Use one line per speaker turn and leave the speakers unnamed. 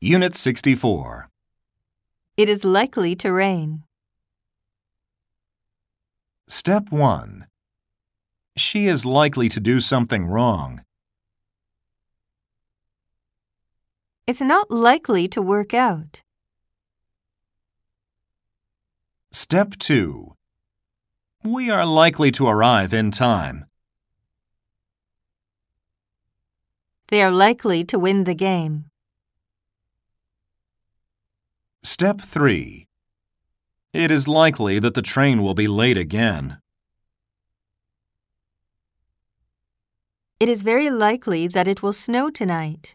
Unit 64.
It is likely to rain.
Step 1. She is likely to do something wrong.
It's not likely to work out.
Step 2. We are likely to arrive in time.
They are likely to win the game.
Step 3. It is likely that the train will be late again.
It is very likely that it will snow tonight.